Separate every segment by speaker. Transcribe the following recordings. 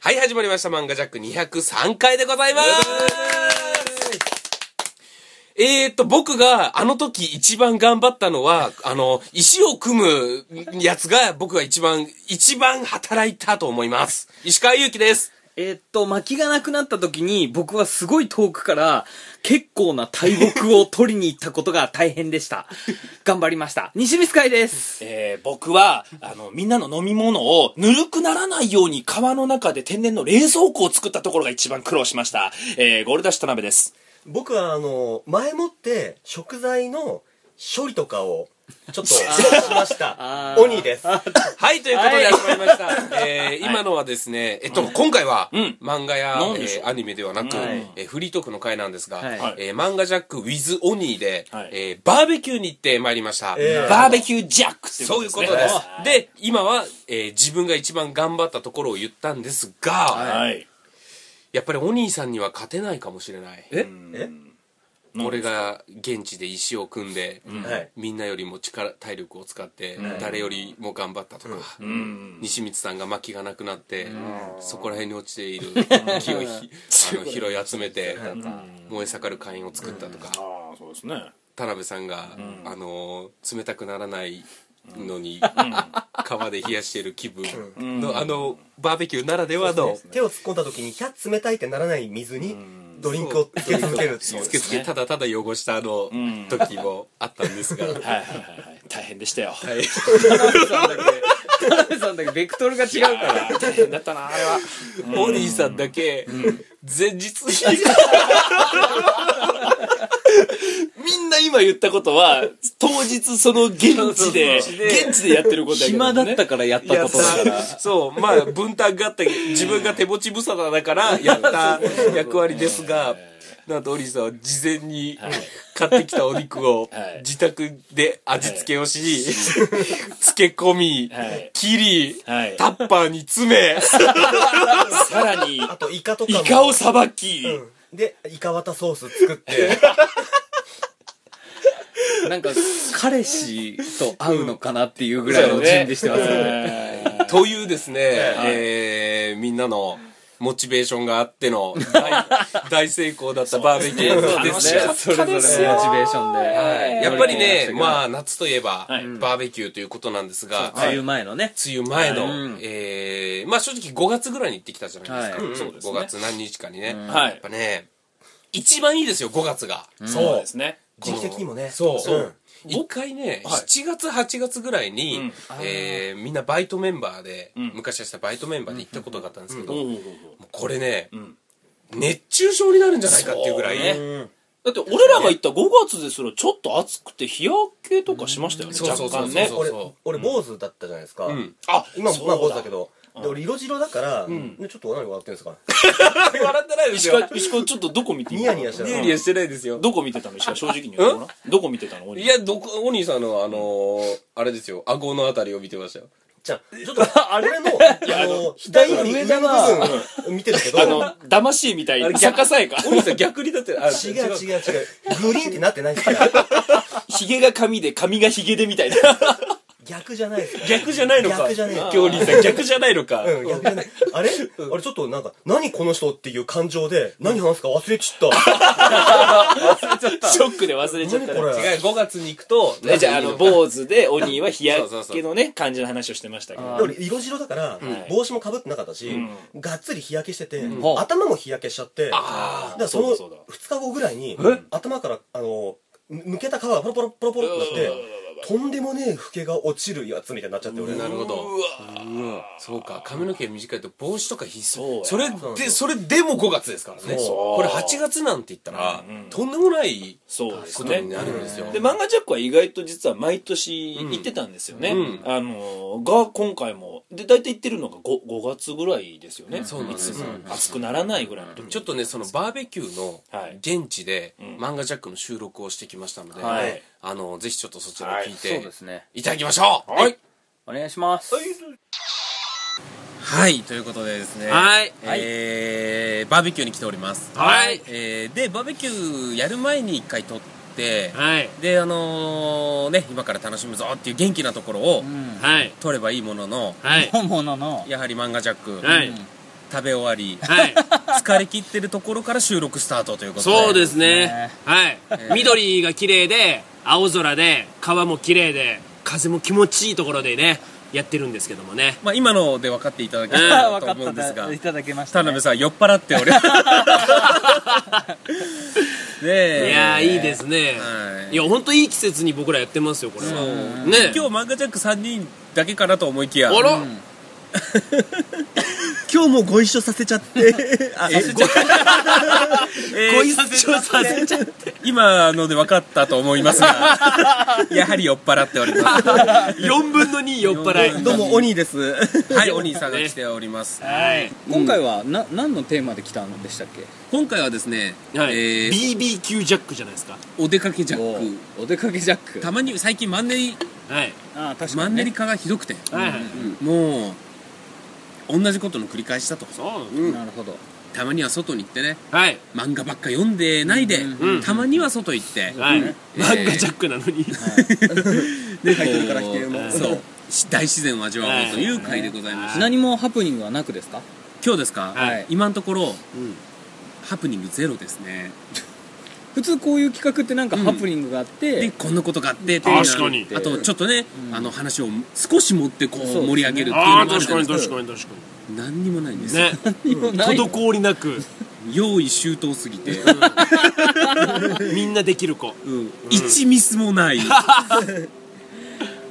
Speaker 1: 始まりました漫画ジャック203回でございますえーっと、僕があの時一番頑張ったのは、あの、石を組むやつが僕が一番、一番働いたと思います。石川祐希です。
Speaker 2: えーっと、薪がなくなった時に僕はすごい遠くから結構な大木を取りに行ったことが大変でした。頑張りました。西光海です。
Speaker 3: えー僕は、あの、みんなの飲み物をぬるくならないように川の中で天然の冷蔵庫を作ったところが一番苦労しました。えーゴールダッシュ田辺です。
Speaker 4: 僕はあの前もって食材の処理とかをちょっとしました
Speaker 2: あー
Speaker 4: 鬼です
Speaker 1: はい、ということで
Speaker 2: はい
Speaker 1: 始まりました。えー今のはですね、えっと、今回は、
Speaker 3: ん
Speaker 1: 漫画や、
Speaker 3: なん
Speaker 1: え
Speaker 3: でしょう
Speaker 1: ーアニメではなく、
Speaker 2: はい
Speaker 1: えーフリートークの回なんですが、
Speaker 2: はい
Speaker 1: えー漫画ジャック with オニーで、
Speaker 3: はい
Speaker 1: えーバーベキューに行ってまいりました。
Speaker 4: えー
Speaker 3: バーベキュージャックって
Speaker 1: そういうこと
Speaker 3: ね
Speaker 1: です。で、今は、えー自分が一番頑張ったところを言ったんですが、
Speaker 3: はい。
Speaker 1: やっぱりお兄さんには勝てないかもしれない。
Speaker 2: え
Speaker 4: え
Speaker 1: 俺が現地で石を組んで、
Speaker 4: はい
Speaker 1: みんなよりも力、体力を使って、誰よりも頑張ったとか、
Speaker 3: うん。
Speaker 1: 西光さんが薪がなくなって、そこら辺に落ちている木をひあの拾い集めて、燃え盛る火炎を作ったとか、
Speaker 3: ああ、そうですね。
Speaker 1: 田辺さんが、あのー冷たくならないのに、川で冷やしている気分の、あのバーベキューならではの、
Speaker 4: 手を突っ込んだ時に「ひゃ冷たい」ってならない水にドリンクをつけ続けるっていう
Speaker 1: つけつけただただ汚したあの
Speaker 3: ん
Speaker 1: 時もあったんですが、はい
Speaker 3: はいはいはいはい。大変でしたよ。
Speaker 2: 田辺さんだけベクトルが違うから。
Speaker 3: あー大変だったな、あれは。
Speaker 1: オリーさんだけ、前日に、
Speaker 3: みんな今言ったことは、当日その 現地で、
Speaker 2: そうそうそう
Speaker 3: 現地でやってることだけど、ね。
Speaker 2: 暇だったからやったことだから。
Speaker 1: そう、まあ、分担があった、自分が手持ち無沙汰だからやった役割ですが、なんとオリーさんは事前に
Speaker 3: はい
Speaker 1: 買ってきたお肉を
Speaker 3: はい
Speaker 1: 自宅で味付けをし、 漬け込み
Speaker 3: はい、
Speaker 1: 切り、
Speaker 3: はい
Speaker 1: タッパーに詰め、
Speaker 3: さらに、イ
Speaker 4: あとイカとかも
Speaker 3: カをさばき、
Speaker 4: うんでイカワタソース作って
Speaker 2: なんか、彼氏と会うのかなっていうぐらいの準備してますよね。
Speaker 3: ね。
Speaker 1: というですね、
Speaker 3: はい
Speaker 1: えーみんなのモチベーションがあっての大大成功だったバーベキューで
Speaker 3: 楽
Speaker 1: す
Speaker 3: し
Speaker 1: ね
Speaker 3: か。った
Speaker 2: それぞれモチベーションで。
Speaker 1: はいやっぱりね、
Speaker 2: あ、
Speaker 1: まあ夏といえば
Speaker 3: はい
Speaker 1: バーベキューということなんですが、
Speaker 2: 梅雨前のね。
Speaker 1: 梅雨前の、
Speaker 2: うん
Speaker 1: えーまあ正直5月ぐらいに行ってきたじゃないですか。
Speaker 2: はい
Speaker 3: うんそうですね
Speaker 1: 5月何日かにね。
Speaker 3: は
Speaker 1: や
Speaker 3: い
Speaker 1: っぱね、一番いいですよ、5月が。
Speaker 3: そうですね。
Speaker 4: 時期的にもね
Speaker 1: そう。
Speaker 4: そうん
Speaker 1: 一回ね、
Speaker 3: はい
Speaker 1: 7月、8月ぐらいに、
Speaker 3: うん
Speaker 1: えーみんなバイトメンバーで、
Speaker 3: ん
Speaker 1: 昔はしたバイトメンバーで行ったことがあったんですけど、
Speaker 3: おうおうおう
Speaker 1: もうこれね、
Speaker 3: ん
Speaker 1: 熱中症になるんじゃないかっていうぐらい。
Speaker 3: そう
Speaker 1: ね、
Speaker 4: うん
Speaker 3: だって俺らが行った5月ですらちょっと暑くて日焼けとかしましたよね、
Speaker 1: うんそうそう
Speaker 3: 若
Speaker 1: そう
Speaker 3: 干
Speaker 1: そう
Speaker 3: ね。
Speaker 4: 俺
Speaker 1: そう
Speaker 4: 俺坊主だったじゃないですか
Speaker 1: ん
Speaker 3: あ
Speaker 4: 今もまあ
Speaker 3: そ
Speaker 4: 坊
Speaker 3: う
Speaker 4: 主だけどで俺色白だからねちょっと何笑ってるんですか
Speaker 1: 笑ってないです
Speaker 3: 石
Speaker 1: よ
Speaker 3: 川、。石川ちょっとどこ見て
Speaker 4: ニヤニヤして
Speaker 1: ニ
Speaker 4: た
Speaker 1: ヤニヤしてないですよ。
Speaker 3: どこ見てたの石川正直に言ってごらん。どこ見てたの
Speaker 1: い、や、どこ、お兄さんの、あのーあれですよ、顎のあたりを見てましたよ。
Speaker 4: じゃあちょっと あれのあの左の上の部分見てるけど
Speaker 3: あの、騙し絵みたい
Speaker 1: あれ
Speaker 3: に、逆さ絵か。
Speaker 1: お兄さん逆にだって、あ、
Speaker 4: 違う違う違うグリーンってなってないですから
Speaker 3: 髭が髪で、髪が髭でみ たいな。
Speaker 4: 逆じゃないですか
Speaker 1: 逆じゃないのか。
Speaker 4: 逆じゃねえ
Speaker 1: 今日お兄さん逆じゃないのか。
Speaker 4: うん、逆じゃない。あれ、あれちょっとなんか、何この人っていう感情で、何話すか忘れちった。
Speaker 3: ショックで忘れちゃっ
Speaker 4: 何
Speaker 3: た
Speaker 4: こ
Speaker 3: ら。
Speaker 4: れ。
Speaker 1: 違う、5月に行くと、
Speaker 3: ね じゃあ、あの、坊主で、鬼は日焼
Speaker 1: そうそう
Speaker 3: け
Speaker 1: そ
Speaker 3: のね、感じの話をしてましたけど。
Speaker 2: あ
Speaker 4: で俺色白だから、帽子もかぶってなかったし、
Speaker 3: う
Speaker 4: がっつり日焼けしてて、
Speaker 2: ん
Speaker 4: 頭も日焼けしちゃって、
Speaker 1: あ
Speaker 4: だからその
Speaker 3: そうだそう
Speaker 4: 2日後ぐらいに、頭から、あの、む抜けた皮がポロポロポロポロってなって、とんでもねえ老けが落ちるやつみたいになっちゃって、俺
Speaker 1: ー。なるほど。
Speaker 2: うわ
Speaker 1: そうか、髪の毛短いと帽子とか必須。
Speaker 3: そうや
Speaker 1: それ
Speaker 4: そう
Speaker 1: で、それでも5月ですからね。
Speaker 3: そう
Speaker 1: これ8月なんて言ったら
Speaker 3: うんう、ん
Speaker 1: とんでもない
Speaker 3: そうです
Speaker 1: こと
Speaker 3: ね。
Speaker 1: になるんですよ。
Speaker 3: で、漫画ジャックは意外と実は毎年行ってたんですよね。
Speaker 1: うん
Speaker 3: あのーが、今回も。で、大体行ってるのが 5, 5月ぐらいですよね。
Speaker 1: そうなんです
Speaker 3: いつも暑くならないぐらいの時。
Speaker 1: ちょっとね、そのバーベキューの
Speaker 3: はい
Speaker 1: 現地で、
Speaker 3: ん
Speaker 1: 漫画ジャックの収録をしてきましたので、
Speaker 3: はい
Speaker 1: あの、ぜひちょっとそちらを聞い
Speaker 2: そう
Speaker 1: て
Speaker 2: ですね。
Speaker 1: いただきましょう
Speaker 3: はい。
Speaker 2: お願いします。
Speaker 1: はい、ということでですね。
Speaker 2: はい
Speaker 1: えー、バーベキューに来ております。
Speaker 2: はい
Speaker 1: えー、で、バーベキューやる前に一回撮って、
Speaker 2: はい。
Speaker 1: で、あのーね、今から楽しむぞっていう元気なところを
Speaker 2: うん。
Speaker 5: はい。
Speaker 1: 撮ればいいものの、
Speaker 5: はい。
Speaker 2: 本物の。
Speaker 1: やはり漫画ジャック、
Speaker 5: はい。
Speaker 1: 田食べ終わり、
Speaker 5: はい。
Speaker 1: 疲れ切ってるところから収録スタートということで。
Speaker 5: そうですね
Speaker 2: ね。
Speaker 5: はい。緑が綺麗で、青空で、川も綺麗で、風も気持ちいいところでね、やってるんですけどもね。
Speaker 1: まあ今ので分かっていただけ
Speaker 5: ええ
Speaker 1: た
Speaker 2: 分
Speaker 1: と
Speaker 2: か
Speaker 1: 思うん
Speaker 2: っ
Speaker 1: ですが
Speaker 2: た、いただけました
Speaker 1: 田
Speaker 2: ね
Speaker 1: 辺さん酔っ払っております ね
Speaker 5: い
Speaker 1: え
Speaker 5: やー、いいですね
Speaker 1: は。い
Speaker 5: いや、ほんといい季節に僕らやってますよ、これは。ね
Speaker 1: 今日マンガジャック3人だけかなと思いきや
Speaker 5: あら
Speaker 6: 今日もご一緒させちゃ って。あ、させちゃっ
Speaker 1: えー
Speaker 5: ご一緒させちゃって。
Speaker 1: 今ので分かったと思い ますがやはり酔っ払っております
Speaker 5: 4分の2酔っ払
Speaker 6: て。
Speaker 5: い。
Speaker 6: どうも、鬼です。
Speaker 1: はいお兄さんが来ております、
Speaker 5: はい。
Speaker 2: 今回はな何のテーマで来たんでしたっけ
Speaker 1: 今回はですね、
Speaker 5: は
Speaker 1: え
Speaker 5: い
Speaker 1: ー
Speaker 5: BBQ ジャックじゃないですか。
Speaker 1: お出かけジャック
Speaker 2: おお出かけジャック
Speaker 1: たまに最近マンネリ
Speaker 5: はい。
Speaker 2: ああ確
Speaker 1: マ
Speaker 2: か
Speaker 1: ン
Speaker 2: に、
Speaker 1: ネ
Speaker 2: ね、
Speaker 1: リ化がひどくて、
Speaker 5: はいはい。
Speaker 1: もう同じことの繰り返しだと
Speaker 5: そうなんです
Speaker 2: なるほど
Speaker 1: たまには外に行ってね
Speaker 5: はい。
Speaker 1: 漫画ばっか読んでないで、
Speaker 5: ん
Speaker 1: たまには外行って、
Speaker 5: はい。
Speaker 1: えー
Speaker 5: 漫画ジャックなのに。
Speaker 1: で
Speaker 6: タイトルから否定も
Speaker 1: そうし大自然を味わおうという回でございました、
Speaker 2: 何もハプニングはなくですか
Speaker 1: 今日ですか、
Speaker 5: はい
Speaker 1: 今のところ、
Speaker 5: ん
Speaker 1: ハプニングゼロですね
Speaker 2: 普通こういう企画ってなんか
Speaker 1: うん
Speaker 2: ハプニングがあって、
Speaker 1: でこんなことがあってっていうの
Speaker 5: 確かに
Speaker 1: あとちょっとね、あの話を少し持ってこ
Speaker 2: そうです
Speaker 1: う
Speaker 2: ね
Speaker 1: 盛り上げるっていうのも
Speaker 5: あ
Speaker 1: あ
Speaker 5: あ、
Speaker 1: る
Speaker 5: 確
Speaker 1: じゃ
Speaker 5: か
Speaker 1: ない
Speaker 5: に
Speaker 1: です
Speaker 5: 確かに確か
Speaker 1: か何にもないんです、
Speaker 5: に。ね。
Speaker 2: 何もない
Speaker 5: 滞りなく、
Speaker 1: 用意周到すぎて、
Speaker 5: みんなできる子。
Speaker 1: うん一ミスも ない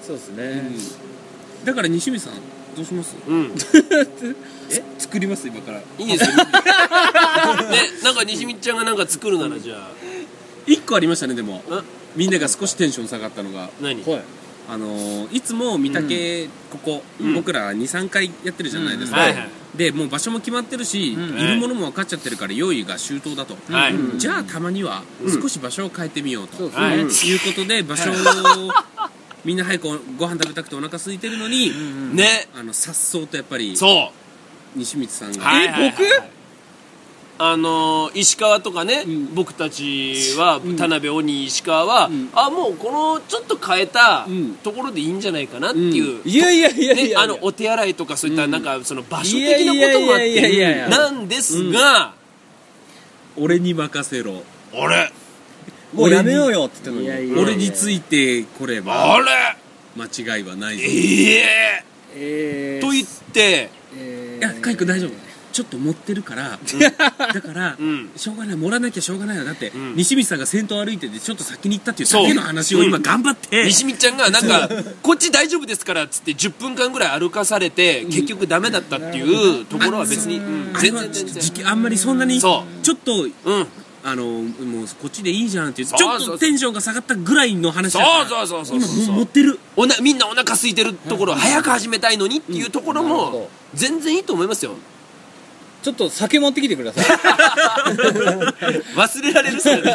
Speaker 2: そうですね、
Speaker 1: だから西見さんどうします
Speaker 5: うん。
Speaker 1: 作ります今から
Speaker 5: いいで すよ。ね、なんか西光ちゃんがなんか作るならじゃあ、
Speaker 1: 一個ありましたねでも
Speaker 5: うん
Speaker 1: みんなが少しテンション下がったのが
Speaker 5: 何
Speaker 2: はい
Speaker 1: あのーいつも御嶽、ここ、
Speaker 5: ん
Speaker 1: 僕ら23回やってるじゃないですか、
Speaker 5: はいはい
Speaker 1: でもう場所も決まってるし、
Speaker 2: ん
Speaker 1: いるものも分かっちゃってるから用意が周到だと、
Speaker 5: はい
Speaker 1: うんじゃあたまには少し場所を変えてみようと、
Speaker 2: そうですね、
Speaker 5: はい
Speaker 1: うんいうことで場所をみんな早くご飯食べたくてお腹空いてるのに、
Speaker 5: ね。
Speaker 1: あのさっそうとやっぱり
Speaker 5: そ
Speaker 1: 西光さん
Speaker 5: う。
Speaker 1: が、
Speaker 5: はいはいはい
Speaker 2: 僕
Speaker 5: あのー石川とかね、僕たちは、田辺鬼石川は、あもうこのちょっと変えた
Speaker 1: ん
Speaker 5: ところでいいんじゃないかなっていう、
Speaker 2: いやいやいやいやい
Speaker 5: ね、
Speaker 2: や
Speaker 5: あのお手洗いとかそういったなんかその場所
Speaker 2: いや
Speaker 5: 的
Speaker 2: い
Speaker 5: な
Speaker 2: や
Speaker 5: こ
Speaker 2: いや
Speaker 5: ともあっ
Speaker 2: いやいやい
Speaker 5: て
Speaker 2: や
Speaker 5: なんですが、
Speaker 1: 俺に任せろ
Speaker 5: あれ
Speaker 6: もうやめようよって言って
Speaker 2: いや
Speaker 6: るの
Speaker 2: い
Speaker 6: に。
Speaker 2: やいや
Speaker 1: 俺についてこれば
Speaker 5: あれ
Speaker 1: 間違いはないぞ、
Speaker 5: ええ
Speaker 2: えー、
Speaker 5: と言って
Speaker 2: え
Speaker 1: いや
Speaker 2: ー、
Speaker 1: カイ君大丈夫ちょっと持ってるから、だから、
Speaker 5: ん
Speaker 1: しょうがない盛らなきゃしょうがないよだって、
Speaker 5: ん
Speaker 1: 西光さんが先頭歩いててちょっと先に行ったっていうだ
Speaker 5: そう
Speaker 1: けの話を今頑張って、
Speaker 5: 西見ちゃんがなんかこっち大丈夫ですからっつって10分間ぐらい歩かされて結局ダメだったっていうところは別に、うん
Speaker 1: あれ
Speaker 5: 全
Speaker 1: は
Speaker 5: 然
Speaker 1: ちょ
Speaker 5: 全
Speaker 1: っと
Speaker 5: 然
Speaker 1: 時期あんまりそんなにちょ
Speaker 5: そ
Speaker 1: っと
Speaker 5: うん
Speaker 1: あのもうこっちでいいじゃんっていう
Speaker 5: そう
Speaker 1: ちょっ
Speaker 5: そうそ
Speaker 1: と
Speaker 5: う
Speaker 1: テンションが下がったぐらいの話だか
Speaker 5: そう
Speaker 1: ら
Speaker 5: そうそう
Speaker 1: 今
Speaker 5: そうそう
Speaker 1: もう
Speaker 5: そ
Speaker 1: 持
Speaker 5: う
Speaker 1: ってる
Speaker 5: おなみんなお腹空いてるところを早く始めたいのにっていうところ
Speaker 2: うんなる
Speaker 5: も
Speaker 2: ほ
Speaker 5: 全然いいと思いますよ
Speaker 2: ちょっと酒持ってきてください
Speaker 5: 忘れられるそ れで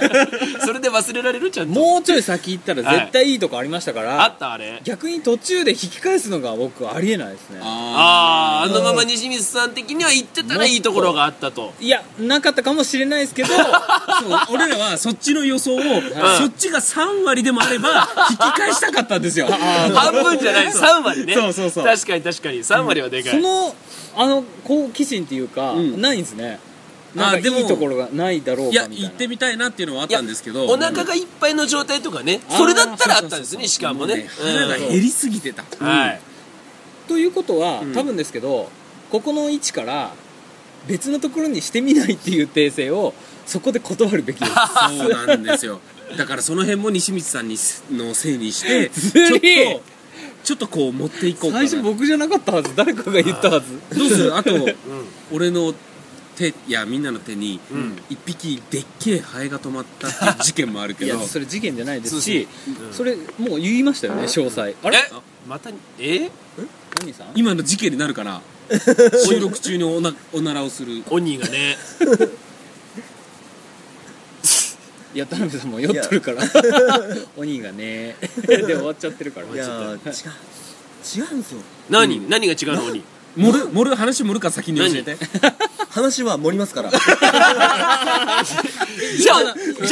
Speaker 5: それで忘れられるちゃんと
Speaker 2: もうちょい先行ったら絶対いいとこありましたから、
Speaker 5: あったあれ
Speaker 2: 逆に途中で引き返すのが僕ありえないですね
Speaker 5: あああのまま西光さん的には言ってたらいいところがあったと
Speaker 2: いやなかったかもしれないですけ ど
Speaker 1: そう俺らはそっちの予想を、そっちが3割でもあ れば引き返したかったんですよ
Speaker 5: 半分じゃない3割ね
Speaker 1: そうそうそう
Speaker 5: 確かに確かに3割はでかい、
Speaker 2: そのあの好奇心っていうか、ないんですね
Speaker 1: あ
Speaker 2: なん
Speaker 1: で
Speaker 2: か
Speaker 1: も
Speaker 2: いいところがないだろう
Speaker 1: いや
Speaker 2: かみたい
Speaker 1: 行
Speaker 2: な
Speaker 1: ってみたいなっていうのはあったんですけど
Speaker 5: お腹がいっぱいの状態とかね
Speaker 2: あー
Speaker 5: それだったらあったんですねしかも
Speaker 1: もう
Speaker 5: ね
Speaker 1: ね腹が減りすぎてた、
Speaker 5: うんはい
Speaker 2: ということは、多分ですけどここの位置から別のところにしてみないっていう訂正をそこで断るべきです
Speaker 1: そうなんですよだからその辺も西光さんにすのせいにして
Speaker 2: ずり
Speaker 1: ちょっとちょっとこう持っていこうかな
Speaker 2: 最初僕じゃなかったはず誰かが言ったはず
Speaker 1: どうするあと、俺の手いやみんなの手に一匹でっけえハエが止まったっていう事件もあるけ
Speaker 2: い
Speaker 1: ど
Speaker 2: やそれ事件じゃないです
Speaker 5: し
Speaker 2: しそれもう言いましたよね詳細あ
Speaker 5: あ
Speaker 2: れ
Speaker 5: れまたえ
Speaker 2: 何さん
Speaker 1: 今の事件になるかな収録中におなおならをする
Speaker 5: 鬼がね
Speaker 2: いや田辺さんも酔っとるから鬼がねで終わっちゃってるから
Speaker 6: いやー、違う。違うんですよ。
Speaker 5: 何、何が違うの鬼
Speaker 1: 盛る盛る話盛るから先に教えて
Speaker 6: 話は盛ります から。
Speaker 5: じゃあじ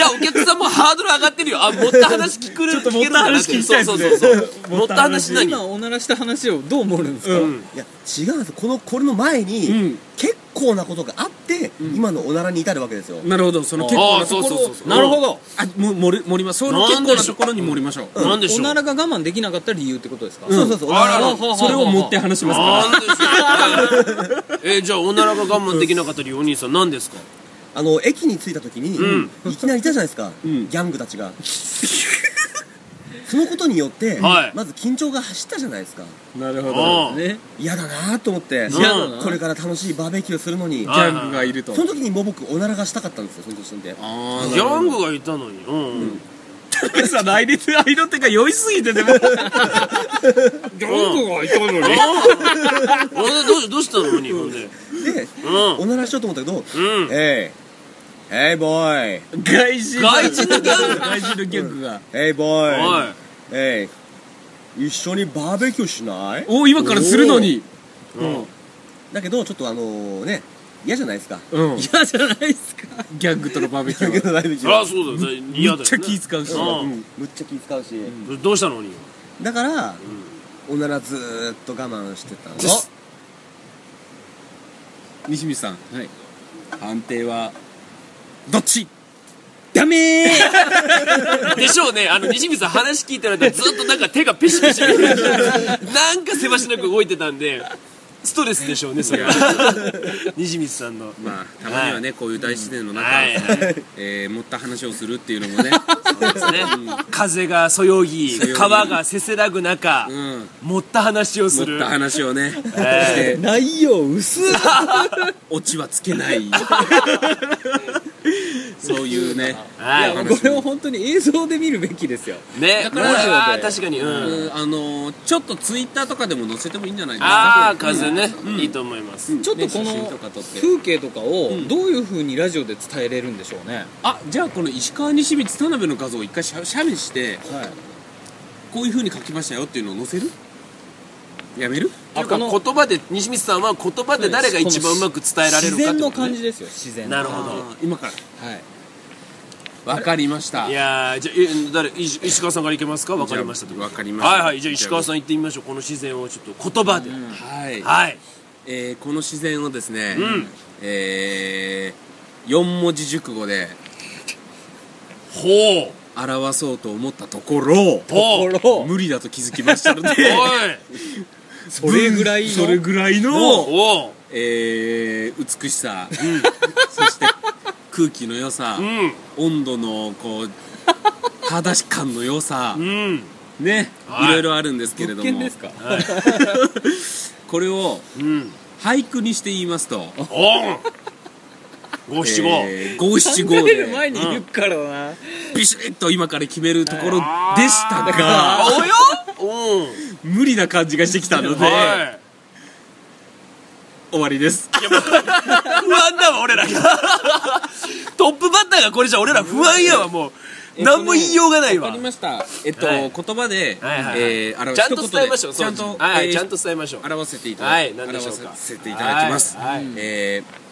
Speaker 5: ゃあお客さんもハードル上がってるよあもった話聞くれる
Speaker 1: ともった話聞きたいっす
Speaker 5: そう
Speaker 1: ね
Speaker 5: そうそうそうもった話何
Speaker 2: 今おならした話をどう思うんですか、
Speaker 5: うん
Speaker 6: いや、違うんですよ。この、これの前に、
Speaker 1: うん
Speaker 6: 結
Speaker 4: 構なことがあって、今のおならに至るわけですよ。
Speaker 1: なるほどその結構
Speaker 5: あー
Speaker 1: なところ
Speaker 5: そうそうそうそう
Speaker 1: なるほどあも盛り盛りますその結構なところに盛りましょう
Speaker 5: なんでしょう
Speaker 1: おならが我慢できなかった理由ってことですか、
Speaker 4: そうそうそう。おなら
Speaker 5: あら
Speaker 4: の
Speaker 1: それを持って話しますから
Speaker 5: なんですかえーじゃあおならが我慢できなかったりお兄さん何ですか
Speaker 4: あの、駅に着いた時に、いきなりいたじゃないですか、
Speaker 1: ん
Speaker 4: ギャングたちが。そのことによって、
Speaker 5: はい
Speaker 4: まず緊張が走ったじゃないですか。
Speaker 1: なるほ
Speaker 5: ど
Speaker 1: どね
Speaker 4: 嫌だなと思って、
Speaker 5: 嫌だな
Speaker 4: これから楽しいバーベキューするのに
Speaker 1: ギ、ャングがいると
Speaker 4: その時にもう僕、おならがしたかったんですよ、その時点で。
Speaker 1: あ
Speaker 5: ギャングがいたのにうん、うん、
Speaker 1: グさんのアイデアアイドってか酔いすぎてでもギャングがいたのに
Speaker 5: 俺どうどうしたのにほんで
Speaker 4: で、
Speaker 5: うん
Speaker 4: おならしようと思ったけど、
Speaker 5: うん
Speaker 4: えい、えいボーイ、
Speaker 1: 外人
Speaker 5: 外人のギャング
Speaker 1: 外人のギャングが
Speaker 4: えいボ
Speaker 5: お
Speaker 4: ー
Speaker 5: い
Speaker 4: イ、えい、一緒にバーベキューしない
Speaker 1: お今からするのに
Speaker 4: だけど、ちょっとあのね、嫌じゃないですか。
Speaker 1: うん
Speaker 2: 嫌じゃないですか
Speaker 1: ギャングとのバーベキ
Speaker 4: だ
Speaker 1: ュ
Speaker 4: け
Speaker 1: ー
Speaker 4: どバーベキ
Speaker 5: そ
Speaker 4: ュ
Speaker 5: り
Speaker 4: ー
Speaker 5: ゃそうだよね嫌
Speaker 1: め
Speaker 5: だよ、ね、
Speaker 1: っちゃ気使うし
Speaker 5: ああ
Speaker 1: うん
Speaker 4: むっちゃ気使うし、
Speaker 5: どうしたのに
Speaker 4: だから、おならずーっと我慢してたの。
Speaker 1: 西光さん
Speaker 2: はい
Speaker 1: 判定はどっち
Speaker 2: ダメー
Speaker 5: でしょうねあの西光さん話聞いてる間ずっとなんか手がペシペシなんかせわしなく動いてたんでストレスでしょうねそれは西光さんの
Speaker 1: まあたまにはねこういう大自然の中
Speaker 5: はいは
Speaker 1: えー持った話をするっていうの もね
Speaker 5: そうですね風がそよぎ
Speaker 1: そよぎ
Speaker 5: 川がせせらぐ中、
Speaker 1: うん
Speaker 5: 持った話をす
Speaker 1: 持
Speaker 5: る
Speaker 1: った話をねそし
Speaker 5: え
Speaker 1: て
Speaker 2: 内容薄い
Speaker 1: オチはつけないそういうね
Speaker 5: はい
Speaker 1: いや
Speaker 2: これを本当に映像で見るべきですよ
Speaker 1: だ
Speaker 5: ねだ
Speaker 1: か
Speaker 5: かららあー確かにうん、
Speaker 1: うんあのーちょっとツイッターとかでも載せてもいいんじゃないです
Speaker 5: あ
Speaker 1: か
Speaker 5: あ風ね、いいと思います、
Speaker 2: ちょっとこ
Speaker 1: ね
Speaker 2: の
Speaker 1: 写真とか撮って
Speaker 2: 風景とかをどういう風にラジオで伝えれるんでしょうね
Speaker 1: あじゃあこの石川西光田辺の画像を一回しゃ写メして
Speaker 2: はい
Speaker 1: こういうふうに書きましたよっていうのを載せるやめる
Speaker 5: っていうか言葉で西光さんは言葉で誰が一番うまく伝えられるか
Speaker 2: 自然
Speaker 5: って
Speaker 2: の
Speaker 5: ことね
Speaker 2: 感じですよ自然
Speaker 5: なるほど
Speaker 1: あー今から
Speaker 2: はい
Speaker 1: わかりました
Speaker 5: いやーじゃあえ誰い石川さんからいけますかわかりました
Speaker 1: じゃあわかりました
Speaker 5: はいはいじゃあ石川さん行ってみましょうこの自然をちょっと言葉で、
Speaker 1: はい、
Speaker 5: はい
Speaker 1: えーこの自然をですね、
Speaker 5: うん
Speaker 1: えー、4文字熟語で
Speaker 5: ほう
Speaker 1: 表そうと思ったところ
Speaker 5: ほう
Speaker 2: お
Speaker 1: 無理だと気づきましたので
Speaker 5: おい
Speaker 1: それぐらいのそれぐらいの、
Speaker 5: おう
Speaker 1: えー、美しさ、 そして空気の良さ、
Speaker 5: うん
Speaker 1: 温度のこ う肌感の良さ
Speaker 5: う、ん
Speaker 1: ね、
Speaker 5: はい
Speaker 1: いろいろあるんですけれど
Speaker 2: 物
Speaker 1: も
Speaker 2: 件ですか
Speaker 1: これを
Speaker 5: うん
Speaker 1: 俳句にして言いますと
Speaker 5: おう五七五
Speaker 1: えー五七
Speaker 2: 出
Speaker 1: 五
Speaker 2: れ
Speaker 1: で
Speaker 2: る前に言うからな
Speaker 1: ビシッと今から決めるところでしたが
Speaker 5: あおようん
Speaker 1: 無理な感じがしてきたので、
Speaker 5: はい
Speaker 1: 終わりです
Speaker 5: 不安だわ俺らが トップバッターがこれじゃ俺ら不安やわもう何も言いようがないわ
Speaker 1: わかりましたえっと、
Speaker 5: はい
Speaker 1: 言葉で、
Speaker 5: はいはいはい
Speaker 1: えー表
Speaker 5: ちゃんと伝えましょう
Speaker 1: 一言でちゃんと、
Speaker 5: はいはい
Speaker 1: えー
Speaker 5: ちゃんと伝えましょう
Speaker 1: 表せていただき、
Speaker 5: はい何でしょうか
Speaker 1: 表せていただきます、
Speaker 5: はいはい
Speaker 1: えー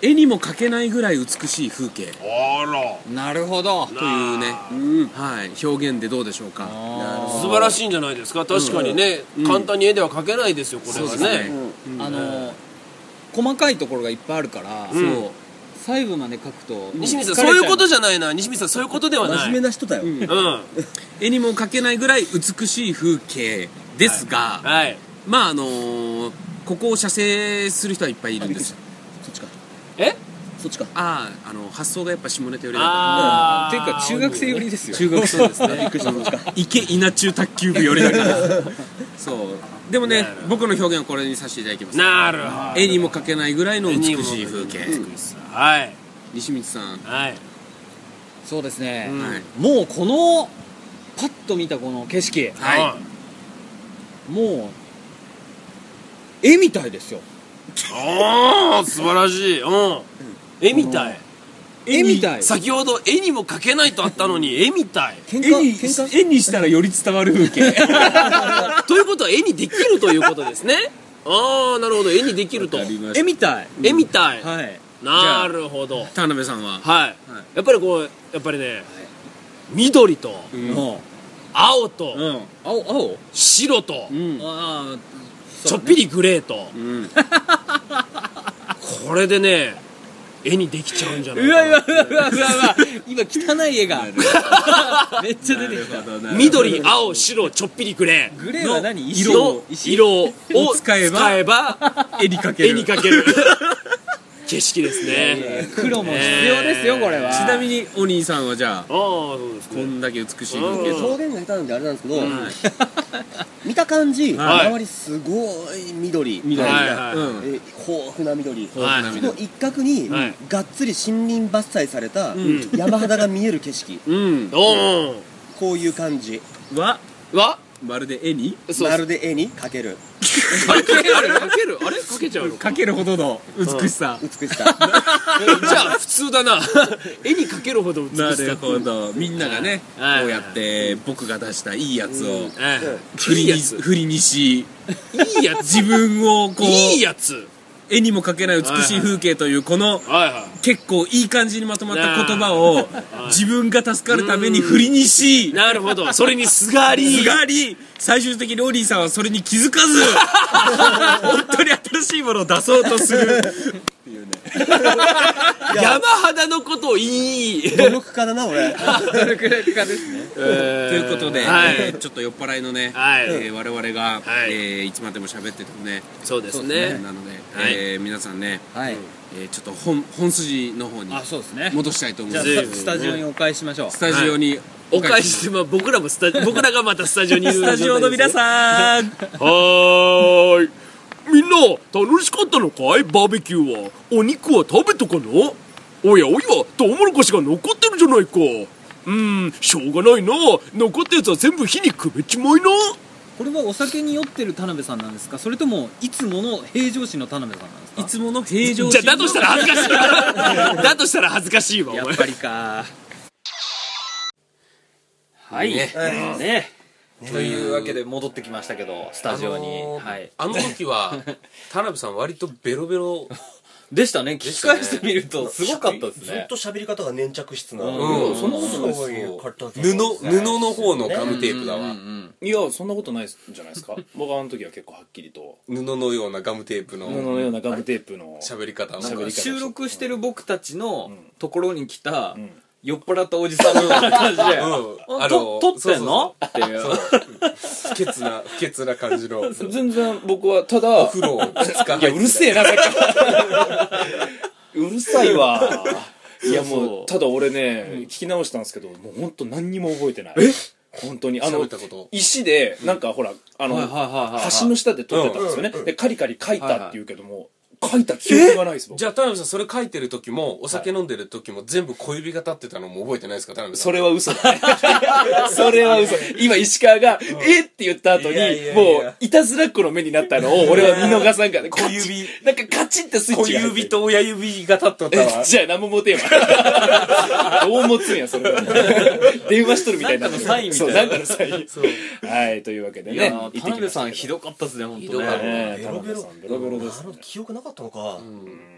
Speaker 1: 絵にも描けないぐらい美しい風景と
Speaker 5: あら
Speaker 2: なるほど
Speaker 1: いうね、はい、表現でどうでしょうか
Speaker 5: 素晴らしいんじゃないですか確かにね、簡単に絵では描けないですよこれは
Speaker 1: そうで
Speaker 5: ね
Speaker 1: すね
Speaker 2: あの細かいところがいっぱいあるから
Speaker 5: ん
Speaker 2: そう細部まで書くと
Speaker 5: 西見さんそういうことじゃないな西見さんそういうことではな
Speaker 4: 真
Speaker 5: い
Speaker 4: 面目
Speaker 5: うん
Speaker 4: な人だよ。
Speaker 1: 絵にも描けないぐらい美しい風景ですが、
Speaker 5: はい
Speaker 1: まああのーここを写生する人はいっぱいいるんです
Speaker 4: そっちか。
Speaker 5: え
Speaker 4: そっちか。
Speaker 1: あああの発想がやっぱ下ネタよりだった
Speaker 5: あ
Speaker 2: っていうか中学生寄りですよ
Speaker 1: 中学生ですねびっくりした池稲中卓球部よりだからそうでもね僕の表現はこれにさせていただきます
Speaker 5: なるほど
Speaker 1: 絵にも描けないぐらいの美しい風景
Speaker 5: はい
Speaker 1: 西光さん、
Speaker 5: はい
Speaker 2: そうですね
Speaker 1: はい
Speaker 2: もうこのパッと見たこの景色
Speaker 1: はい
Speaker 2: もう絵みたいですよ
Speaker 5: おー素晴らしいうん絵みたい
Speaker 2: 絵みたい
Speaker 5: 先ほど絵にも描けないとあったの に絵みたい
Speaker 2: 喧
Speaker 1: 絵に
Speaker 2: 嘩喧嘩
Speaker 1: 絵にしたらより伝わる風景
Speaker 5: ということは絵にできるということですねああなるほど絵にできると
Speaker 2: 絵みたい
Speaker 5: 絵みたい
Speaker 2: はい
Speaker 5: なるほど
Speaker 1: 田辺さんは
Speaker 5: はい、やっぱりこうやっぱりね、緑と
Speaker 2: も
Speaker 5: 青と、
Speaker 2: ううん青青
Speaker 5: 白と、
Speaker 2: ああ
Speaker 5: ちょっぴりグレーと、
Speaker 1: うん
Speaker 5: これでね絵にできちゃうんじゃないうか
Speaker 2: わ
Speaker 5: な
Speaker 2: うわうわうわうわうわ今汚い絵が めっちゃ出てきた
Speaker 5: 緑青白ちょっぴりグレー
Speaker 2: グレーは何石
Speaker 5: の
Speaker 2: 石
Speaker 5: 色を
Speaker 7: を使えば
Speaker 5: 使えば
Speaker 7: 絵に描ける
Speaker 5: 絵に描ける景色ですね
Speaker 2: 黒も必要ですよこれは
Speaker 7: ちなみにお兄さんはじゃあ
Speaker 5: ああそうです
Speaker 7: こ
Speaker 5: ね
Speaker 7: んだけ美しい
Speaker 5: うん
Speaker 7: 風景
Speaker 6: 表現が下手なんであれなんですけど、
Speaker 5: ん
Speaker 6: 見た感じ、
Speaker 5: はい
Speaker 6: 周りすごい緑
Speaker 7: 緑
Speaker 5: はい
Speaker 6: え
Speaker 5: はい
Speaker 7: うん
Speaker 6: ー豊富な緑、
Speaker 5: はい
Speaker 6: その一角に、
Speaker 5: はい
Speaker 6: がっつり森林伐採された、
Speaker 5: ん
Speaker 6: 山肌が見える景色
Speaker 7: うん
Speaker 5: お
Speaker 6: こういう感じ
Speaker 7: は
Speaker 5: おわ
Speaker 7: まるで絵に
Speaker 5: そう
Speaker 6: まるで絵に描ける
Speaker 5: あれかけるあれかけるあれかけちゃうの
Speaker 7: 描けるほどの美しさ
Speaker 6: 美しさ
Speaker 5: じゃあ普通だな絵にかけるほど美しさ
Speaker 7: なるほどみんながねこ
Speaker 5: はいう
Speaker 7: やって僕が出したいいやつを
Speaker 5: はい
Speaker 7: 振
Speaker 5: い
Speaker 7: り
Speaker 5: いや
Speaker 7: に
Speaker 5: つ
Speaker 7: 振りにし
Speaker 5: いいやつ
Speaker 7: 自分をこ
Speaker 5: いいうやつ
Speaker 7: 絵にも描けない美しい風景というこの
Speaker 5: はいは
Speaker 7: 結構いい感じにまとまった言葉を自分が助かるために振りにし
Speaker 5: いなるほどそれにすがり
Speaker 7: すがり最終的にオリーさんはそれに気づか ず本当に新しいものを出そうとする
Speaker 5: 山肌のことをいい
Speaker 6: 努力家だな俺
Speaker 2: どれくらいかですね
Speaker 5: と
Speaker 7: ということで、
Speaker 5: はい
Speaker 7: えーちょっと酔っ払いのね、
Speaker 5: はい
Speaker 7: えー我々が、
Speaker 5: はい
Speaker 7: いえーいつまでも喋っててもね
Speaker 5: そうです
Speaker 7: そうです
Speaker 5: ね
Speaker 7: なので、
Speaker 5: はい
Speaker 7: えー皆さんね、
Speaker 2: はい
Speaker 7: えーちょっと本本筋の方に
Speaker 2: あそうですね
Speaker 7: 戻したいと思い
Speaker 2: じゃ
Speaker 7: ま
Speaker 2: あ
Speaker 7: す
Speaker 5: 随分ね
Speaker 2: スタジオにお返ししましょう
Speaker 7: スタジオに
Speaker 5: お返ししてまあ僕らもスタジ僕らがまたスタジオにいる
Speaker 7: スタジオの皆
Speaker 5: ん
Speaker 7: さん
Speaker 5: はーいみんな楽しかったのかいバーベキューはお肉は食べたかなおやおやトウモロコシが残ってるじゃないかうんしょうがないな残ったやつは全部火にくべちまいな
Speaker 2: これはお酒に酔ってる田辺さんなんですかそれともいつもの平常心の田辺さんなんですか
Speaker 7: いつもの平常心の
Speaker 5: じゃあだとしたら恥ずかしいわだとしたら恥ずかしいわお
Speaker 2: や
Speaker 5: 前
Speaker 2: っぱりかはいね
Speaker 1: ね
Speaker 2: というわけで戻ってきましたけどスタジオに、
Speaker 1: あのー
Speaker 2: はい、
Speaker 1: あの時は田辺さん割とベロベロ
Speaker 2: でしたね聞
Speaker 1: し
Speaker 2: き
Speaker 1: たね
Speaker 2: 返してみるとすごかったです
Speaker 4: ずっ
Speaker 2: ね
Speaker 4: と喋り方が粘着質な、
Speaker 2: うん
Speaker 4: そんなことないですよ
Speaker 1: 布布の方のガムテープだわ
Speaker 3: いやそんなことないんじゃないですか僕はあの時は結構はっきりと
Speaker 1: 布のようなガムテープ
Speaker 3: 布の
Speaker 1: の
Speaker 3: ようなガムテープの
Speaker 1: 喋り方
Speaker 2: なん
Speaker 3: 喋
Speaker 2: か
Speaker 3: り方
Speaker 2: 収録してる僕たちのところに来た、
Speaker 3: ん
Speaker 2: 酔っ払ったおじさんみたいな感じで「
Speaker 1: うん
Speaker 2: あと撮ってんの?」
Speaker 1: そう
Speaker 2: っていう
Speaker 1: そうそう不潔な不潔な感じのお風
Speaker 3: 全然僕はただ
Speaker 1: 呂を2日入って
Speaker 3: いやうるせえなさっきうるさいわいやもうただ俺ね聞き直したんですけどもう本当何にも覚えてないえ本当にあ
Speaker 1: 喋
Speaker 3: の
Speaker 1: ったこと
Speaker 3: 石でなんかほらあの
Speaker 2: はいはいはいはい
Speaker 3: 橋の下で撮ってたんですよねでカリカリ書いたっていうけども書いた記憶がないです僕
Speaker 1: じゃあ田辺さんそれ書いてる時もお酒飲んでる時も全部小指が立ってたのも覚えてないですか田辺さん
Speaker 3: それは嘘だね それは嘘今石川が「えっ!」って言った後に
Speaker 1: いやいやいや
Speaker 3: もういたずらっ子の目になったのを俺は見逃さんから
Speaker 1: 小指
Speaker 3: なんかカチンってスイッ
Speaker 1: 小
Speaker 3: チが入って
Speaker 1: 指と親指が立っとったわ
Speaker 3: じゃあ何も持てんわどう持つんやそれ電話しとるみたいになってる
Speaker 2: なんかのサインみたいな
Speaker 3: そうなんかのサインはいというわけで
Speaker 2: い
Speaker 3: ね
Speaker 2: やー田辺さんひどかったですね本当ね
Speaker 3: ベ
Speaker 4: ベロベロ
Speaker 3: ベロベロです
Speaker 4: なるほど記憶なかったのか、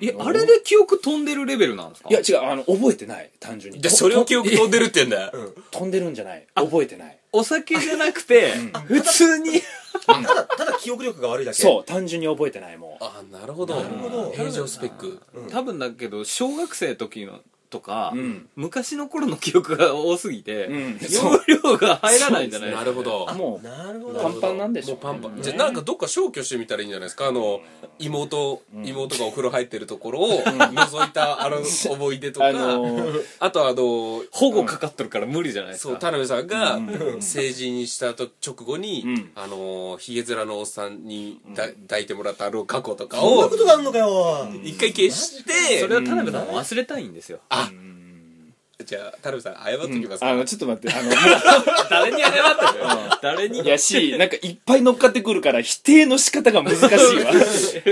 Speaker 2: えあれで記憶飛んでるレベルなんですか
Speaker 3: いや違うあの覚えてない単純に
Speaker 1: じゃあそれを記憶飛んでるって言うんだよ
Speaker 3: 飛んでるんじゃない覚えてない
Speaker 2: お酒じゃなくて、普通に
Speaker 4: ただただ記憶力が悪いだけ
Speaker 3: そう単純に覚えてないもう
Speaker 1: あなるほど
Speaker 4: ど
Speaker 1: 平常スペック
Speaker 2: 多分だけど小学生の時のとか、
Speaker 3: うん
Speaker 2: 昔の頃の記憶が多すぎて、
Speaker 3: うん
Speaker 2: 容量が入らないんじゃない
Speaker 1: なるほど
Speaker 3: もう
Speaker 4: なるほ
Speaker 3: パ
Speaker 4: ど
Speaker 3: ンパンなんでし
Speaker 1: も
Speaker 3: ょ
Speaker 1: うパンパンじゃあなんかどっか消去してみたらいいんじゃないですかあの妹妹がお風呂入ってるところを覗いたあの思い出とか
Speaker 3: あのー
Speaker 1: あとあの
Speaker 2: 保護かかってるから無理じゃないです
Speaker 1: そう
Speaker 2: か
Speaker 1: 田辺さんが成人したと直後に、
Speaker 3: ん
Speaker 1: あのひげ面のおっさんにだ、抱いてもらったあの過去とか
Speaker 4: そんな
Speaker 1: を
Speaker 4: ことがあんのかよ、
Speaker 1: 一回消して、
Speaker 2: それは田辺さんも忘れたいんですよ
Speaker 1: じゃあ田辺さん謝っときますか、
Speaker 3: あのちょっと待ってあのも
Speaker 2: 誰に謝ってる誰に
Speaker 3: うやしなんかいっぱい乗っかってくるから否定の仕方が難しいわ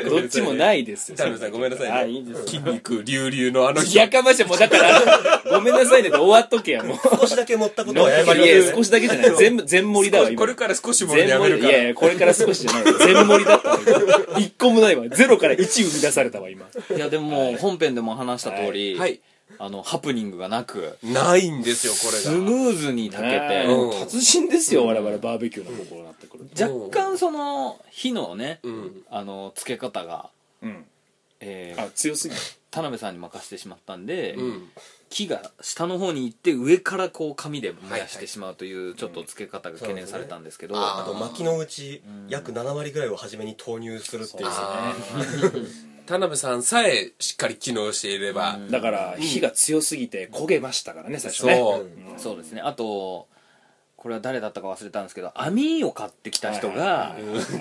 Speaker 3: どっちもないですよ
Speaker 1: 田辺さんごめんなさいね
Speaker 3: あいいです
Speaker 1: 筋肉隆々のあの日
Speaker 3: やかましいもうだから、ごめんなさいねで終わっとけや、もう。
Speaker 4: 少しだけ持ったことはい謝りま
Speaker 3: や
Speaker 4: す
Speaker 3: いや、少しだけじゃない。全部、全盛りだわ、今。
Speaker 1: これから少しも
Speaker 3: 全
Speaker 1: やめ
Speaker 3: 盛
Speaker 1: る
Speaker 3: り。い
Speaker 1: から
Speaker 3: やいや、これから少しじゃ ない。全盛りだったわ、今。一個もないわ。ゼロから一生み出されたわ、今。
Speaker 2: いやでももう本編でも話した通り、
Speaker 1: はい
Speaker 2: あのハプニングがなく
Speaker 1: ないんですよこれ
Speaker 2: ス
Speaker 1: が
Speaker 2: ムーズに炊け
Speaker 3: ねえ
Speaker 2: て、
Speaker 1: うん
Speaker 3: 達人ですよ、我々、バーベキューのここになってくると。
Speaker 2: 若干その火のね、
Speaker 1: うん
Speaker 2: あのつけ方が
Speaker 3: うん。
Speaker 2: えー
Speaker 3: あ、強すぎる。
Speaker 2: 田辺さんに任せてしまったんで、
Speaker 1: うん。
Speaker 2: 木が下の方に行って上からこう紙で燃やしてしまうというちょっと付け方が懸念されたんですけど、
Speaker 4: あと薪のうち約7割ぐらいを初めに投入するっていう
Speaker 1: あー田辺さんさえしっかり機能していれば、
Speaker 3: だから、火が強すぎて焦げましたからね、最初ね。
Speaker 1: そう、
Speaker 2: そうですねあとこれは誰だったか忘れたんですけど網を買ってきた人が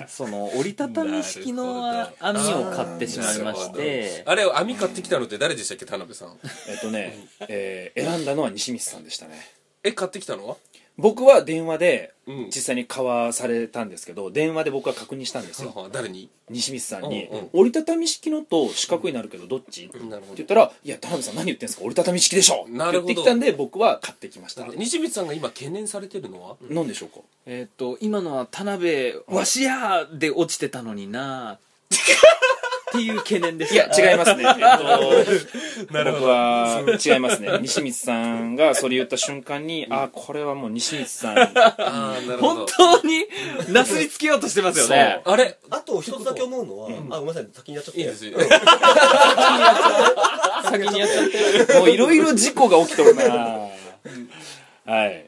Speaker 2: その折りたたみ式の網を買ってしまいまして
Speaker 1: あれ網買ってきたのって誰でしたっけ田辺 さん
Speaker 3: えっとね、えー選んだのは西光さんでしたね。
Speaker 1: え買ってきたのは
Speaker 3: 僕は電話で
Speaker 1: うん
Speaker 3: 実際に交わされたんですけど、電話で僕は確認したんですよ
Speaker 1: はあはあ誰に
Speaker 3: 西光さんに、
Speaker 1: うんうん
Speaker 3: 折りたたみ式のと四角になるけどどっち?」って
Speaker 1: んなるほど
Speaker 3: 言ったら「いや田辺さん何言ってんすか折りたたみ式でしょ!」って
Speaker 1: なる
Speaker 3: 言っ
Speaker 1: ほど
Speaker 3: てきたんで僕は買ってきましたね
Speaker 1: 西光さんが今懸念されてるのは
Speaker 3: 何でしょうか
Speaker 2: えーっと今のは田辺わしやーで落ちてたのになーっていう懸念で
Speaker 3: い
Speaker 2: す
Speaker 3: や違いますね、えっと、
Speaker 1: なるほど
Speaker 3: 僕は違いますね西光さんがそれ言った瞬間に、あこれはもう西光さん
Speaker 1: ああなる
Speaker 2: 本当になすりつけようとしてますよね
Speaker 1: あれ
Speaker 4: あと一つだけ思うのは、あ、ごめんなさい、先にやっちゃって。
Speaker 1: いいですよ
Speaker 2: 先にやっちゃってる
Speaker 3: もういろいろ事故が起きとるなはい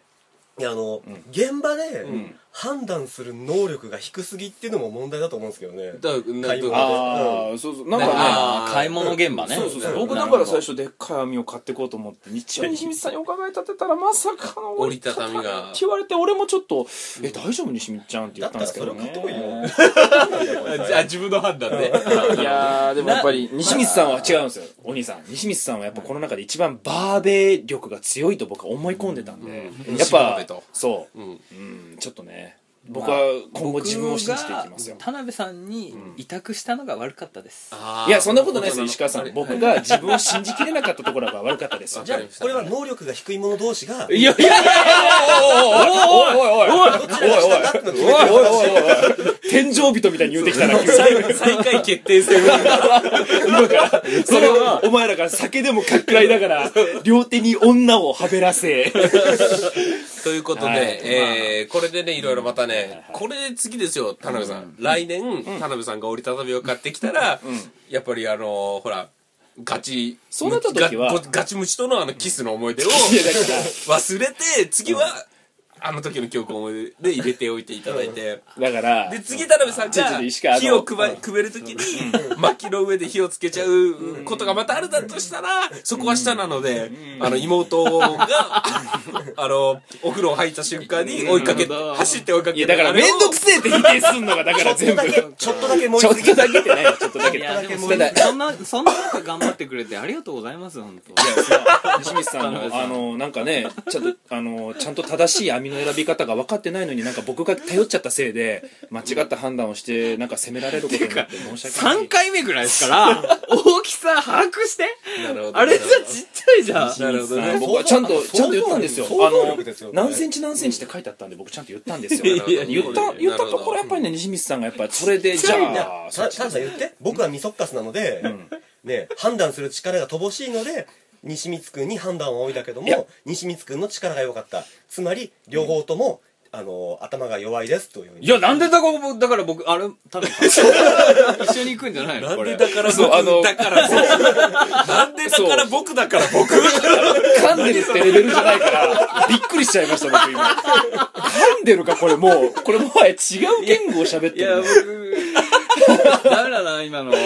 Speaker 4: いや、あの、現場で
Speaker 3: ん
Speaker 4: 判断する能力が低すぎっていうのも問題だと思うんですけどね。
Speaker 1: だな
Speaker 4: 買い
Speaker 1: ど
Speaker 4: 物
Speaker 1: う
Speaker 3: ああそうそうなんかね
Speaker 2: あー買い物現場ね
Speaker 3: そうそうそう僕
Speaker 2: な
Speaker 3: だか
Speaker 2: るほ
Speaker 3: ら
Speaker 2: ど
Speaker 3: 最初でっかい網を買ってこうと思って日曜に西光さんにお伺い立てたらまさかの
Speaker 1: 折りたたみが
Speaker 3: って言われて俺もちょっと「え大丈夫西光ちゃん」って言
Speaker 4: だ
Speaker 3: っんで
Speaker 4: ったたら
Speaker 3: すけ
Speaker 4: それ
Speaker 3: ど
Speaker 4: を買
Speaker 3: ね
Speaker 4: ってこいよ。
Speaker 1: あ自分の判断で
Speaker 3: いやーでもやっぱり西光さんは違うんですよお兄さん西光さんはやっぱこの中で一番バーベ力が強いと僕は思い込んでたんで、
Speaker 1: うん
Speaker 3: やっ
Speaker 1: 西バー
Speaker 3: ぱ
Speaker 1: ベと
Speaker 3: そう、
Speaker 1: う
Speaker 3: うんんちょっとね僕は今後自分を信じていきますよ
Speaker 2: 僕が田辺さんに委託したのが悪かったです、
Speaker 1: あー
Speaker 3: いやそんなことないですよ石川さ
Speaker 1: あれ
Speaker 3: ん僕が自分を信じきれなかったところが悪かったですよ
Speaker 4: じゃあ、これは能力が低い者同士が、
Speaker 3: いやいやいやいやおいおいおいおい
Speaker 4: どちらが下だってのを決めて
Speaker 3: おいおいおいおい天井人みたいに言うてきたな急に
Speaker 1: 最最下位決定戦
Speaker 3: 今からそれをお前らが酒でもかっくらいながら両手に女をはべらせ
Speaker 1: ということで、
Speaker 3: はい
Speaker 1: えーこれでねいろいろまたね、これで次ですよ田辺さん、来年、田辺さんが折りたたみを買ってきたら、やっぱりあのーほらガチ
Speaker 3: そうなった時は
Speaker 1: ガガガチムチとのあのキスの思い出を
Speaker 3: いやだから
Speaker 1: 忘れて次は、あの時の記憶を思い出で入れておいていただいて
Speaker 3: だから
Speaker 1: で、次田辺さん
Speaker 3: ちょちょ石川
Speaker 1: が
Speaker 3: あの
Speaker 1: 火をくばくべるときに薪の上で火をつけちゃうことがまたあるだとしたらそこは下なのであの妹があのお風呂入った瞬間に追いかけて走って追いかけて
Speaker 3: いやだから面倒くせえって否定すんのがだから
Speaker 4: ちょ
Speaker 3: 全
Speaker 4: っと
Speaker 3: 部
Speaker 4: だ
Speaker 3: ち
Speaker 4: け、ちょっとだけ燃え
Speaker 3: ょっ
Speaker 4: すぎ
Speaker 3: とだけってないよちょっとだけ
Speaker 2: い
Speaker 3: い
Speaker 2: や
Speaker 3: や
Speaker 2: でも
Speaker 3: ただ
Speaker 2: そんなそんな中頑張ってくれてありがとうございます本当
Speaker 3: そう西光さんのあのなんかねちょっとあのちゃんと正しい網の選び方が分かってないのになんか僕が頼っちゃったせいで間違った判断をしてなんか責められることになって申し訳ない
Speaker 2: 3回目ぐらいですから 大きさ把握して
Speaker 1: なるほど
Speaker 2: あれさちっちゃいじゃん
Speaker 1: なるほどね
Speaker 3: 僕はちゃんと、ちゃんと言ったんですよ。
Speaker 4: 想
Speaker 3: あ
Speaker 4: 像
Speaker 3: の
Speaker 4: 力ですよ、
Speaker 3: 何センチ何センチって書いてあったんで、僕ちゃんと言ったんですよ。
Speaker 1: いや
Speaker 3: 言った、言ったところやっぱりね、西光さんがやっぱりそれで、じ
Speaker 4: い
Speaker 3: ゃ
Speaker 4: や
Speaker 3: あ、
Speaker 4: た田辺さん言って僕はミソッカスなので、ね、判断する力が乏しいので西光くんに判断は多いだけど
Speaker 3: いや
Speaker 4: も西光くんの力が良かったつまり両方とも、あの頭が弱いですという
Speaker 2: いやなんでだかだから僕あれ田辺さ ん一緒に行くんじゃないの
Speaker 1: なん
Speaker 2: これ
Speaker 1: でだから
Speaker 3: そう
Speaker 1: 僕
Speaker 3: あの
Speaker 1: だから僕なんでだから僕だから僕
Speaker 3: 噛んでるってレベルじゃないから、びっくりしちゃいました、僕今。噛んでるか、これもう、これもはや違う言語を喋っ
Speaker 2: い
Speaker 3: て
Speaker 2: や
Speaker 3: る
Speaker 2: 僕
Speaker 3: ね。
Speaker 2: ダメだな今の
Speaker 3: は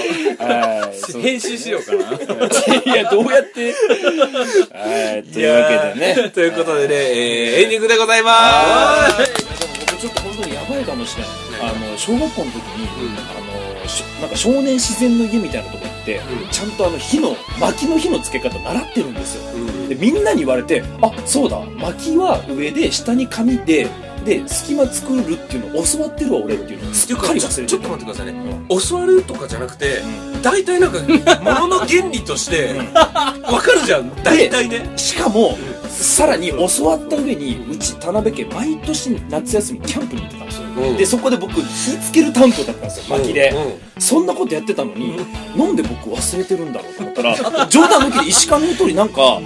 Speaker 3: いそう
Speaker 2: 編集しようかない
Speaker 3: や、どう やって。はい、というわけでね。
Speaker 1: ということでね、えーエンディングでございます
Speaker 3: でも僕ちょっと本当にやばいかもしれないあの小学校の時に、あのしなんか少年自然の湯みたいなとこ行って、ちゃんとあの火の薪の火のつけ方習ってるんですよ、でみんなに言われてあそうだ薪は上で下に紙でで隙間作るっていうのを教わってるわ俺っていうのをすっかり忘れ
Speaker 1: ち
Speaker 3: て
Speaker 1: ょっと
Speaker 3: た
Speaker 1: 待ってくださいね、教わるとかじゃなくて、大体なんか物の原理として
Speaker 3: ん
Speaker 1: わかるじゃん大体ね
Speaker 3: しかもさらに教わった上にうち田辺家毎年夏休みキャンプに行ってたんですよ、
Speaker 1: うん
Speaker 3: でそこで僕火つける担当だったんですよ薪で、そんなことやってたのに、なんで僕忘れてるんだろうと思ったら、冗談抜きで石川の言う通りなんか、あ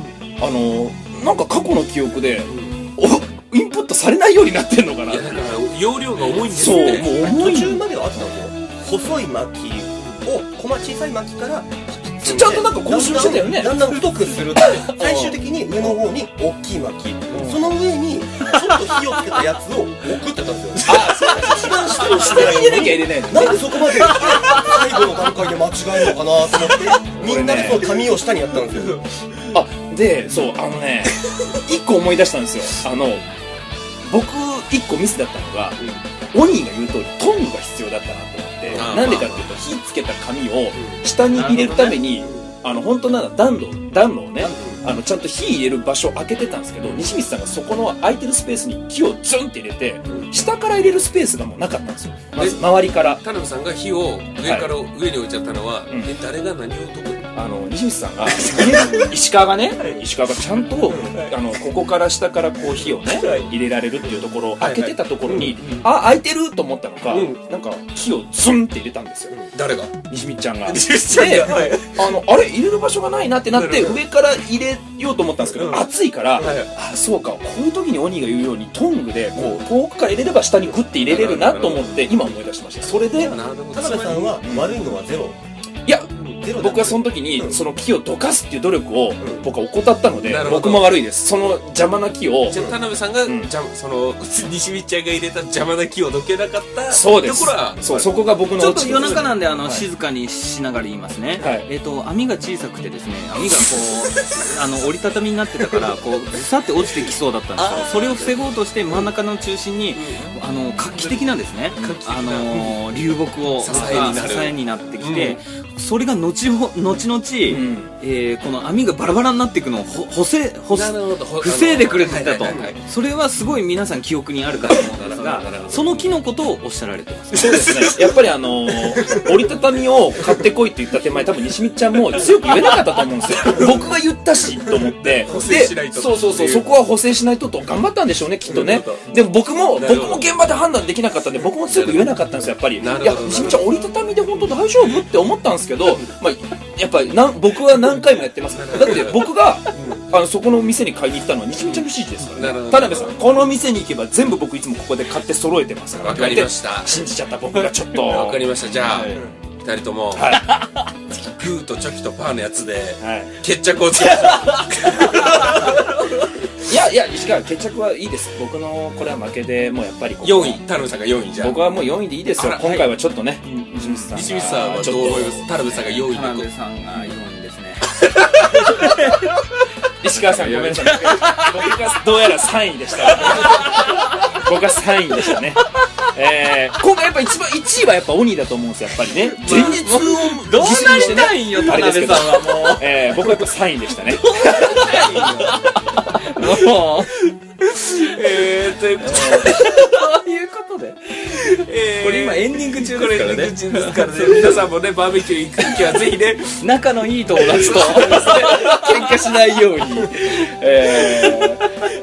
Speaker 3: の、なんか過去の記憶で、お、インプットされないようになってんのかない
Speaker 1: やだから容量が重いんです
Speaker 3: そう、
Speaker 1: ね
Speaker 3: もう重
Speaker 4: 途
Speaker 3: い。
Speaker 4: 中まではあってたんですよ細い薪を細小さい巻きから
Speaker 3: ちちゃんとなんか交渉してたよね
Speaker 4: だんだん太くするって最終的に上の方に大きい巻きその上にちょっと火をつけたやつを送ってたんですよあそうだ一番
Speaker 3: 下
Speaker 4: 下
Speaker 3: に入れなきゃ入れないの
Speaker 4: なんでそこまで最後の段階で間違えるのかなと思ってみんなでその紙を下にやったんですよ
Speaker 3: あでそうあの ね一個思い出したんですよあの僕一個ミスだったのが、鬼が言う通りトングが必要だったなと思って
Speaker 1: あー
Speaker 3: なんでかっていうと火つけた紙を下に入れるために、あの本当なら暖炉暖炉をねあのちゃんと火入れる場所を開けてたんですけど西光さんがそこの空いてるスペースに木をズンって入れて下から入れるスペースがもうなかったんですよまず周りから
Speaker 1: 田辺さんが火を上から上に置いちゃったのは、
Speaker 3: ん
Speaker 1: え誰が何をどこに
Speaker 3: あの西光 さんが石川がね石川がちゃんとあのここから下からこう火をね入れられるっていうところを開けてたところにあ開いてると思ったのかなんか木をズンって入れたんですよ
Speaker 1: 誰が
Speaker 3: 西光ちゃんが
Speaker 1: ちゃんが
Speaker 3: であのあれ入れる場所がないなってなって上から入れようと思ったんですけど暑いから
Speaker 1: はいはい
Speaker 3: あそうかこういう時に鬼が言うようにトングでこう遠くから入れれば下にグッて入れれるなと思って今思い出しましたそれ
Speaker 1: な
Speaker 3: で
Speaker 1: るほ
Speaker 4: 田辺さんは悪いのはゼロ
Speaker 3: いや
Speaker 4: ゼロだ
Speaker 3: 僕はその時にその木をどかすっていう努力を僕は怠ったので
Speaker 1: なるほど
Speaker 3: 僕も悪いですその邪魔な木を
Speaker 1: じゃあ田辺さんが、
Speaker 3: ん
Speaker 1: じゃその 西光ちゃんが入れた邪魔な木をどけなかった
Speaker 3: そうです
Speaker 1: ところは
Speaker 3: そうそこが僕の
Speaker 2: ちょっ
Speaker 3: 落
Speaker 2: と
Speaker 3: ち
Speaker 2: 夜中なんであの、
Speaker 3: い
Speaker 2: 静かにしながら言いますね、
Speaker 3: はい
Speaker 2: えっ、と網が小さくてですね網がこう あの折りたたみになってたからこうずさって落ちてきそうだったんですよそれを防ごうとして真ん中の中心に、あの画期的なんですね、あの流木を
Speaker 1: 支えになる
Speaker 2: 支えになってきて、それが後ほ後々、
Speaker 3: ん
Speaker 2: えーこの網がバラバラになっていくのをほ補正補
Speaker 1: なるほどほ
Speaker 2: 防いでくれてたと
Speaker 1: はいはいはいはい
Speaker 2: それはすごい皆さん記憶にあるかと思うんです
Speaker 1: なるほどなるほ
Speaker 2: が
Speaker 1: ど
Speaker 2: その木のことをおっしゃられてます
Speaker 3: そうですねやっぱりあのー折りたたみを買ってこいって言った手前多分西光ちゃんも強く言えなかったと思うんですよ僕が言ったしと思って
Speaker 1: 補正しないと
Speaker 3: でそうそうそうそこは補正しないとと頑張ったんでしょうねきっとねでも僕も
Speaker 1: なる
Speaker 3: 僕
Speaker 1: ほど
Speaker 3: も現場で判断できなかったんで僕も強く言えなかったんですよやっぱりい
Speaker 1: な
Speaker 3: や
Speaker 1: るほど
Speaker 3: 西光ちゃん折りたたみで本当大丈夫って思ったんですけど、まあ、やっぱりなん僕は何回もやってますだって僕があのそこの店に買いに行ったのは西光ちゃんの指示ですから
Speaker 1: なるほ
Speaker 3: ね
Speaker 1: ど
Speaker 3: 田辺さんこの店に行けば全部僕いつもここで買って揃えてますから
Speaker 1: わかりました
Speaker 3: 信じちゃった僕がちょっと
Speaker 1: わかりましたじゃあ、
Speaker 3: はい
Speaker 1: 二人とも、 グーとチョキとパーのやつで
Speaker 3: はい
Speaker 1: 決着をつけ ましょ
Speaker 3: いやいや石川決着はいいです僕のこれは負けでもうやっぱりこ
Speaker 1: う
Speaker 3: こは
Speaker 1: 4位田辺さんが4位じゃあ
Speaker 3: 僕はもう4位でいいですよ
Speaker 1: あら
Speaker 3: 今回はちょっとね西光
Speaker 1: 西光
Speaker 3: さ
Speaker 1: さん
Speaker 3: ん
Speaker 1: は
Speaker 3: がち
Speaker 1: ど
Speaker 3: ょ
Speaker 1: う
Speaker 3: っと
Speaker 1: 思います田辺さんが4位
Speaker 2: 田
Speaker 1: で
Speaker 2: 辺
Speaker 1: こ
Speaker 2: さんが4位ですね
Speaker 3: 石川さんご めんなさい僕がどうやら3位でした 僕は3位でしたねえー、今回やっぱ一番1位はやっぱ鬼だと思うんですよやっぱり ね前日をどうなりたいんよ田辺さんはもう、えー、僕はやっぱ3位 でしたね
Speaker 2: もう
Speaker 1: えー、ということで
Speaker 2: ということで
Speaker 1: えー
Speaker 2: これ今エンディング中
Speaker 1: こ
Speaker 2: で
Speaker 1: れ
Speaker 2: すから
Speaker 1: エ
Speaker 2: ね
Speaker 1: ンジンですからね皆さんもねバーベキュー行く時はぜひね
Speaker 2: 仲のいい友達と喧嘩しない ように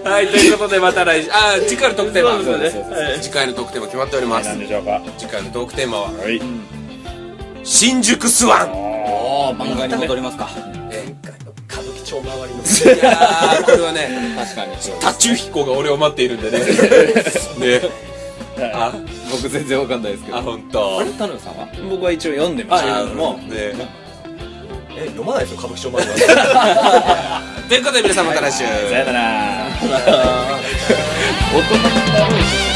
Speaker 1: はいということでまた来週あー次回のトークテーマ
Speaker 2: そうですね
Speaker 1: 次回のトークテーマ決まっております
Speaker 3: 何でしょうか
Speaker 1: 次回のトークテーマは
Speaker 3: はい
Speaker 1: 新宿スワン
Speaker 2: おお漫画に戻りますか
Speaker 4: 歌舞伎町周りの
Speaker 1: いやーこれはね
Speaker 2: 確かに
Speaker 1: タチュウヒコが俺を待っているんでねねあ
Speaker 2: 僕全然わかんないですけ
Speaker 1: あ本当。
Speaker 2: 田辺さんは
Speaker 3: 僕は一応読んでましたけども
Speaker 1: ね
Speaker 4: え読まないですよ歌舞伎町周りは
Speaker 1: ということで皆さんまた来週、
Speaker 3: さよなら
Speaker 2: 大人になろう